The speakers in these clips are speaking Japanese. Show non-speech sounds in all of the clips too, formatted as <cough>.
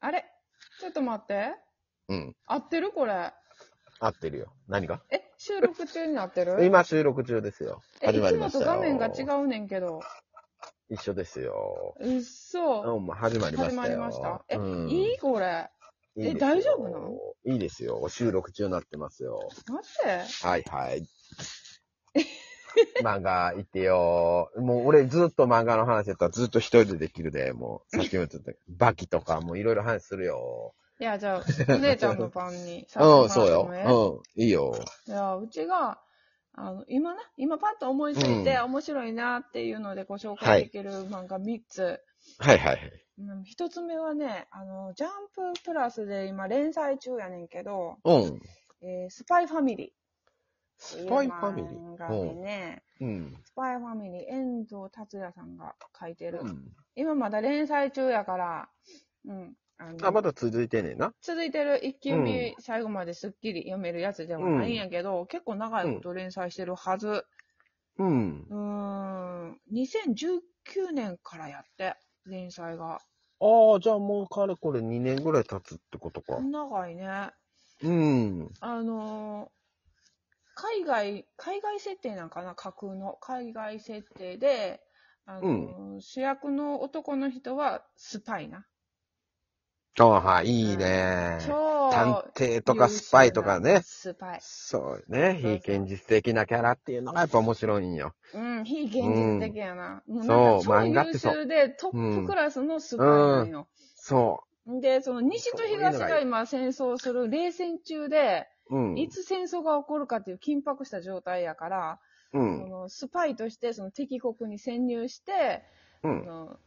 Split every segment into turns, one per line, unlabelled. あれちょっと待って。
うん。
合ってるこれ。
合ってるよ。何が
え、収録中になってる
今収録中ですよ。
え、
始
い
ま
つ
り
も
まし
と
たよ。
画面が違うねんけど。
一緒ですよ。
うっそ。
うん、始まりましたよ。
始まりました。え、
うん
いいこれ。
いいですよ
え大丈夫なの
いいですよ。収録中になってますよ。
待って。
はいはい。
<laughs>
漫画行ってよ。もう俺ずっと漫画の話やったらずっと一人でできるで、もう。さっきも言っ
<laughs>
てたけどバキとかもういろいろ話するよ。
いや、じゃ
<laughs>
あ、お姉ちゃんの番にさ
うん、
せ
そ
て
う
もらってもええ
よ。うん、いいよ。
いや、うちが、あの、今な、今パッと思いついて、
うん
面白いなっていうのでご紹
は
介
い
できる漫画3つ。
はいはいはい。
うん一つ目はね、あの、ジャンププラスで今連載中やねんけど、
うん。
えースパイファミリーって
ス
いう
パイファミリ
漫画
ー。
でね、
うん。うん。
スパイファミリー、遠藤達也さんが書いてる。
うん
今まだ連載中やから、うん。あの
あ、まだ続いてんねえな。
続いてる一級目、最後まですっきり読めるやつではないんやけど、結構長いこと連載してるはず。
うん
う。ーん、2019年からやって、連載が。
ああ、じゃあもうかれこれ2年ぐらい経つってことか。
長いね。
うん。
あのー海外、海外設定なんかな架空の。海外設定で、あのー主役の男の人はスパイな。
ああ、はい、いいね。
超
探偵とかスパイとか
優秀な
ね。
スパイ。
そうね。
そうそう
非現実的なキャラっていうのがやっぱ面白いんよ。
うん、非現実的やな。もう
そう漫
な
画
んか
って
超
そう
優秀で、トップクラスのスパイなんよ。
そ
で、その西と東
そういうの
が
がいい
今戦争する冷戦中で、
う。うん。
いつ戦争が起こるかっていう緊迫した状態やから、
う
そ
ん。
のスパイとしてその敵国に潜入して、
う
そ
ん。
の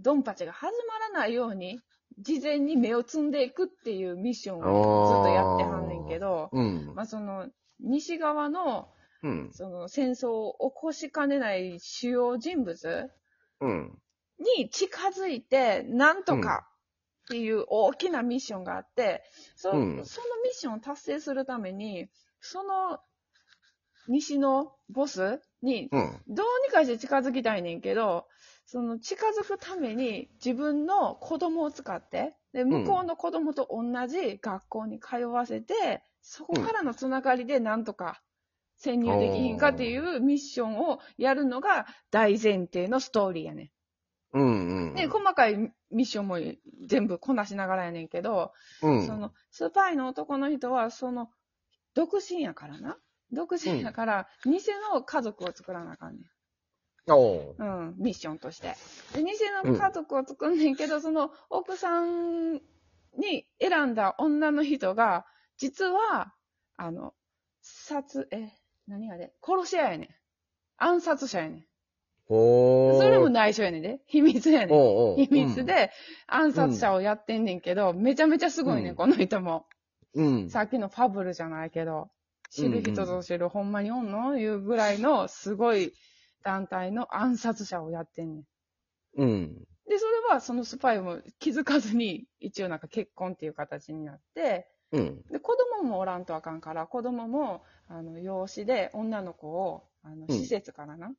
ドンパチが始まらないように、事前に目を積んでいくっていうミッションをずっとやってはんねんけど、
うん。
まあ、その西側の
うん。
その戦争を起こしかねない主要人物
うん。
に近づいて、なんとかっていう大きなミッションがあって、そ
うん
そのミッションを達成するために、その西のボスに
うん。
どうにかして近づきたいねんけど、その近づくために自分の子供を使って、で、向こうの子供と同じ学校に通わせて、そこからのつながりでなんとか潜入できひんかっていうミッションをやるのが大前提のストーリーやねん。
うん。
で、細かいミッションも全部こなしながらやねんけど、
うん。
その、スパイの男の人は、その、独身やからな。独身やから、偽の家族を作らなあかんねん。
おう
うん、ミッションとして。で、偽の家族を作んねんけど、その奥さんに選んだ女の人が、実は、あの、殺、え、何あれ殺し屋やねん。暗殺者やねん。
おう
それも内緒やねんで。秘密やねん。
おうおう
秘密。で暗殺者をやってんねんけど、めちゃめちゃすごいね、、
うんん
この人も。
うん。
さっきのファブルじゃないけど、知る人ぞ知る、ほんまにおんのいうぐらいのすごい団体の暗殺者をやってんねん。
うん。
で、それはそのスパイも気づかずに、 <laughs> 一応なんか結婚っていう形になって、
うん。
で、子供もおらんとあかんから、子供も、あの、養子で女の子を、あの、
うん
施設からな、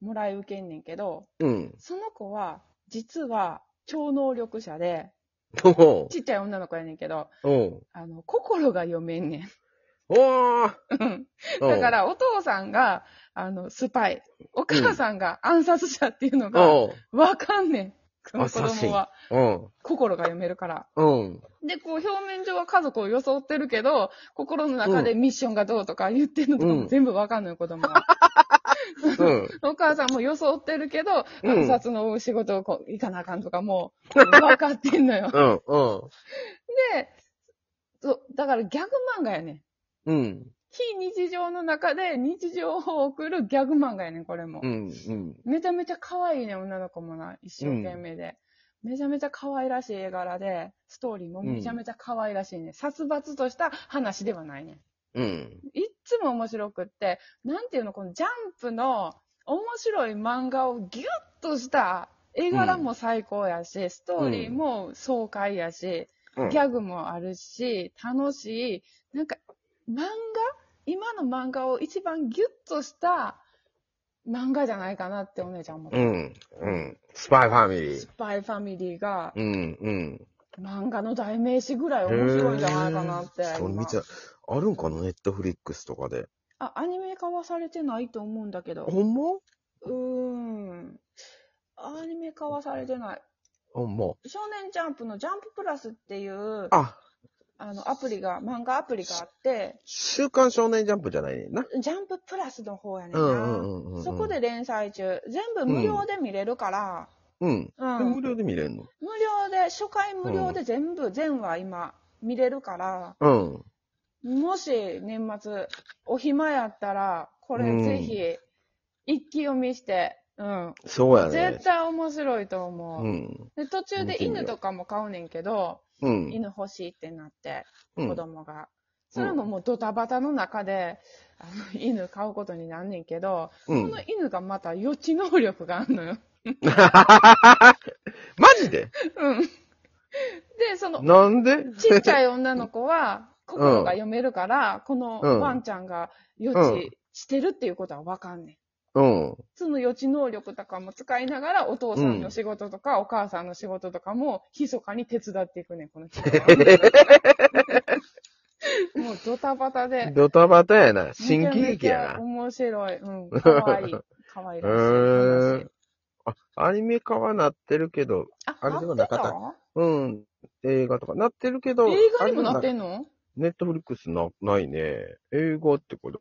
もらい受けんねんけど、
うん。
その子は、実は超能力者で、
おう
ちっちゃい女の子やねんけど、
おう
あの、心が読めんねん。
おう
うん <laughs> だか、ら、お父さんが、あの、スパイ、お母さんが暗殺者っていうのが、
おう
わかんねん。この
ア
子
サシン
供は、
うん。
心が読めるから。
うん。
で、こう、表面上は家族を装ってるけど、心の中でミッションがどうとか言ってるのとか
う
も
<laughs> ん
全部わかんのよ、子供は。
うん。
お母さんも装ってるけど、
うん
暗殺の仕事をこう、行かなあかんとか
<laughs>
も、わかってんのよ。
うん。うん。
で、そう、だからギャグ漫画やねん。
うん。
非日常の中で日常を送るギャグ漫画やねん、これも
う。ん。うん。
めちゃめちゃ可愛いね、女の子もな、一生懸命で。めちゃめちゃ可愛らしい絵柄で、ストーリーもめちゃめちゃ可愛らしいね。殺伐とした話ではないね。
うん。
いっつも面白くって、なんていうの、このジャンプの面白い漫画をギュッとした絵柄も最高やし、ストーリーも爽快やし、ギャグもあるし、楽しい。なんか、漫画今の漫画を一番ギュッとした漫画じゃないかなってお姉ちゃん思っ
う
た。
ん。うん。スパイファミリ
ス
ー。
パイファミリーが
うん。うん。
漫画の代名詞ぐらい面白いんじゃないかなって。
へーそれ
今
見ちゃう。あるんかなネットフリックスとかで。
あ、アニメ化はされてないと思うんだけど。
ほんま
うーん。アニメ化はされてない。
ほんま。
少年ジャンプのジャンププラスっていう、あ
あ、
の、アプリが、漫画アプリがあって、
週刊少年ジャンプじゃないねんな。
ジャンププラスの方やねん
う
な。
んうんうんうん。
そこで。連載中。全部無料で見れるから、
うん。
うん。
で無料で見れんの
無料で、初回無料で全部、全話今、見れるから、
うん。
もし年末、お暇やったら、こ
うん
れぜひ、一気読みして、うん。
そうやね。
絶対面白いと思う。
うん。
で途中
見
で
てみよう
犬とかも飼うねんけど、
うん。
犬欲しいってなって、
うん
子供が。それももうドタバタの中で、あの犬飼うことになんねんけど、
う
こ
ん
の。犬がまた予知能力があんのよ。
マジで
うん。で、その、
なんで
ちっちゃい女の子は、心が読めるから、この
うん
ワンちゃんが予
うん
知してるっていうことはわかんねん。
うん。
その予知能力とかも使いながら、お父さんの仕事とか、お母さんの仕事とかも、密かに手伝ってい
<laughs>
くねん、この人は。もうドタバタで。
ドタバタやな。新
め
喜劇
ちゃめちゃ
や
面白い。
<laughs>
うん。かわいい。かわいらしい
へ
話
ー。な。アニメ化はなってるけど、
あ
あれでもなかった
合
うん。映画とか、なってるけど。
てた映画にもなってんの
ネットフリックスな、ないね。映画ってこと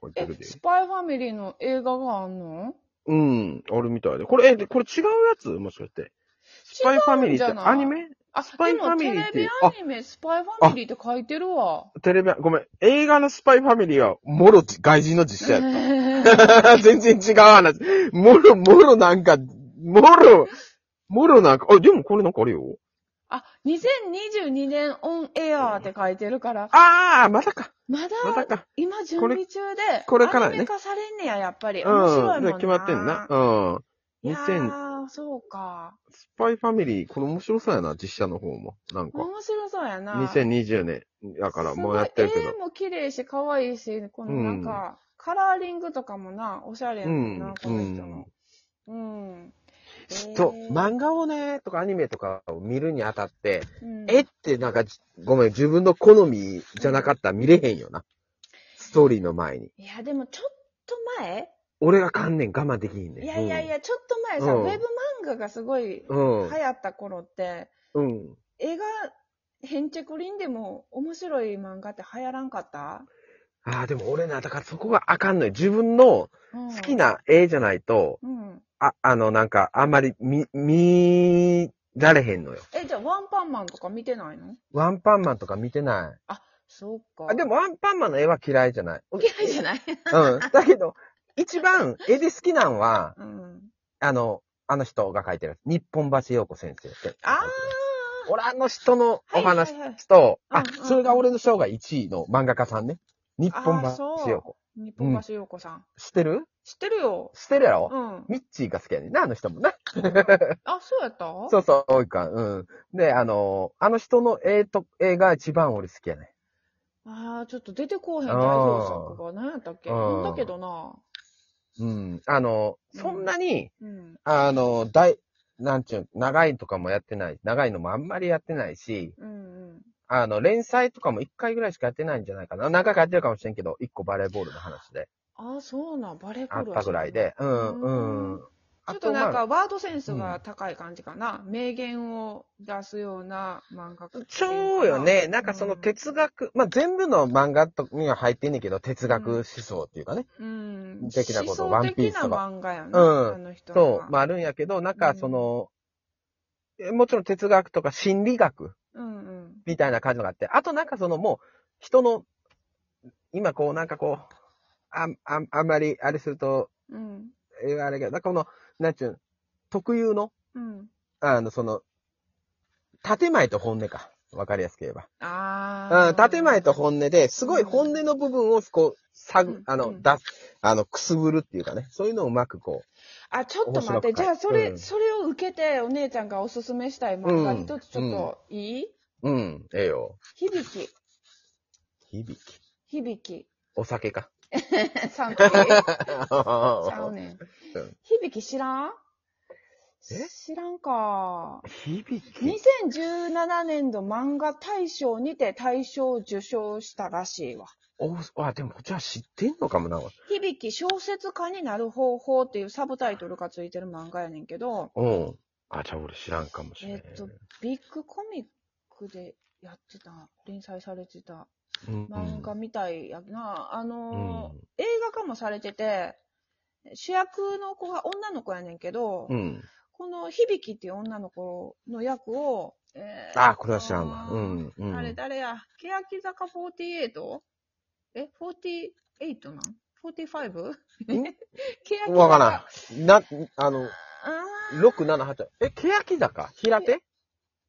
書いて
え
る、で。
スパイファミリーの映画があんの
うん、あるみたいで。これ、え、でこれ違うやつもしかして。スパイファミ
違うん
リーって
じゃない
アニメ
あ、
スパイファミリーっ
でも
て
テレビアニメ、スパイファミリーって書いてるわ。
テレビ、ごめん。映画のスパイファミリーは、もろじ、外人の実写やっ
えー
た。 <laughs> 全然違う話。もろ、もろなんか、もろ、もろなんか、あ、でもこれなんかあれよ。
<laughs> あ、2022年オンエアって書いてるから、
あー、またか、
まだ、
またか。
今準備中で、
これからね
アニメ化されんねや、やっぱり。面白
う
いも
ん、
んな。
で決まってんな。。うん。
いや
2000、
ー、そうか。
スパイファミリー、これ面白そうやな、実写の方も。なんか。
面白そうやな。
2020年。だからもうやってるけ
す
ど
ごい。絵も綺麗し、可愛いし、このなんか、カラーリングとかもな、おしゃれやもんな、
うん
この人の。うん。
そう
え、ー
漫画をね、とかアニメとかを見るにあたって、
うん
絵ってなんかじ、ごめん、自分の好みじゃなかったら見れへんよな。ストーリーの前に。
いや、でもちょっと前
俺が観念我慢できひんねん。
いやいやいや、ちょっと前さ、
うん
ウェブ漫画がすごい
うん。
流行った頃って、
うん。
映画、ヘンチェコリンでも面白い漫画って流行らんかった、
ああ、でも俺な、だからそこがあかんのよ。自分の
うん、
好き。な絵じゃないと、
うん。
あ、あの、なんか、あんまり見、見られへんのよ。
え、じゃあワンパンマンとか見てないの
ワンパンマンとか見てない。
そうか。
あ、でもワンパンマンの絵は嫌いじゃない。
嫌いじゃない <laughs>
うん。だけど、一番絵で好きなんは、
うん。
あの、あの人が書いてる。日本橋陽子先生って。
あ
俺あの人の
ー
お話
はいはいはい
と、
うんう
あ
んうん、
それが俺の生涯1位の漫画家さんね。日本
あーそ
橋
う
陽子。
日本橋陽子さん。
知ってる
知ってるよ。
知ってるやろ、
うん。
ミッチーが好きやねんな、あの人もな。
あ、そうやった
そうそう、多いか。うん。で、あのーあの人の絵と、絵が一番俺好きやね
ああ、ちょっと出てこうへん代表作が何やったっけ
うん
なんだけどな。
ん。うん。あのーそんなに、
うん。
あのー大、なんちゅう、長いとかもやってない。長いのもあんまりやってないし、
うんうん。
あの、連載とかも一回ぐらいしかやってないんじゃないかな。何回かやってるかもしれんけど、一個バレーボールの話で。
ああ、そうなん。バレーボ
あ
ー
っ
ルは
たぐらいで。うん、
うん
うん。
ちょっとなん
あ
かワードセンスが高い感じかな。名言を出すような漫画家
まあ、そうよね。なんかその哲学、まあ、全部の漫画とには入ってんねんけど、哲学思想っていうかね。
うん。
的なこと
思
ワ
想
ンピー
的
ス
な
とか
漫画やな。
うん
あの人の
そう、まああるんやけど、なんかその、えもちろん哲学とか心理学
うんうん。
みたいな感じのがあって、あとなんかそのもう、人の、今こうなんかこう、あん、あん、あんまりあれすると、
うん。
えあれやけど、なんかこの、なんちゅうの、特有の、
うん。
あの、その、建前と本音か。わかりやすく言えば。う
あ
ん、
あ。
建前と本音で、すごい本音の部分を、こう、さ
う
ぐ
ん、
あ
う
の、
ん
出す、あの、くすぐるっていうかね、そういうのをうまくこ
あ、ちょっと待っ
面白
て。
く
じ
書い
ゃあ、それ、
うん
それを受けて、お姉ちゃんがおすすめしたい漫画
うん
一つちょっといい、
う、うん、ええよ。
響き。
響き。
響き。
お酒か。 <laughs>
サンキー。ち
ち
ゃうねん。響き知らん
え
知らんか。
<laughs> 響き
2017年度漫画大賞にて大賞を受賞したらしいわ。
おあ、でもこっちは知ってんのかもな。
響き小説家になる方法っていうサブタイトルがついてる漫画やねんけど、
うん。あ、じゃあ俺知らんかもしれ
え
ない。
っと、ビッグコミックでやってた、連載されてた
うん
漫画みたいやな。あのー
うん
映画化もされてて、主役の子が女の子やねんけど、
うん。
この響きっていう女の子の役を、えー
あ、これは知らんわ。うん。うん。
あれ誰や、欅坂 48? え、48なん ?45? <laughs> 欅坂。
わからん。な、あの、
あー
六七八え、欅坂平手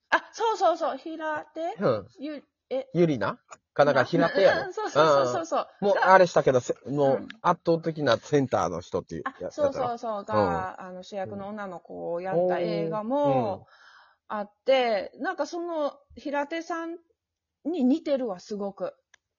あ、そうそうそう、平手
うん。
ゆ、え、
ゆりなか、だから平手や
う
ろ
ん。そうそうそうそう。
もう、
が
あれしたけど、せも
う、
うん圧倒的なセンターの人っていう
あ
や、
そう
や
そうそう、が、あの、主役の女の子をやった映画
つやろ
もあって、なんかその、平手さんに似てるわ、すごく。
うん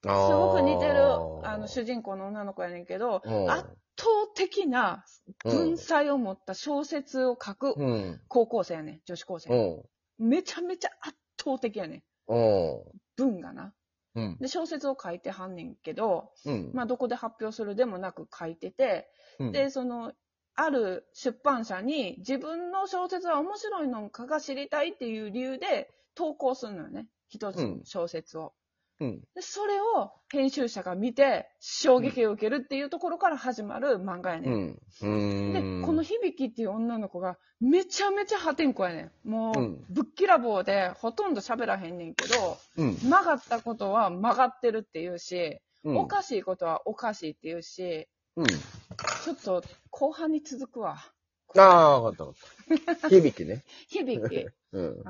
すごく似てる、
あー
あの、主人公の女の子やねんけど、
うん
圧倒的な文才を持った小説を書く
うん。
高校生やねん、女子高
う
生。
ん。
めちゃめちゃ圧倒的やねん、
うん。
文がな。
うん。
で、小説を書いてはんねんけど、
うん。
まあ、どこで発表するでもなく書いてて、
うん、
で、その、ある出版社に自分の小説は面白いのかが知りたいっていう理由で投稿するのよね。一つ
うん
の小説を。
うん。
で、それを編集者が見て衝撃を受けるっていうところから始まる漫画やね。
うんん。うん。
で、この響きっていう女の子がめちゃめちゃ破天荒やねん。も
う、
うんぶっきらぼうでほとんど喋らへんねんけど、
うん、
曲がったことは曲がってるっていうし、
うん。
おかしいことはおかしいっていうし、
うん。
ちょっと後半に続くわ。
ああ、わかったわかった。響きね。
響き。
うん。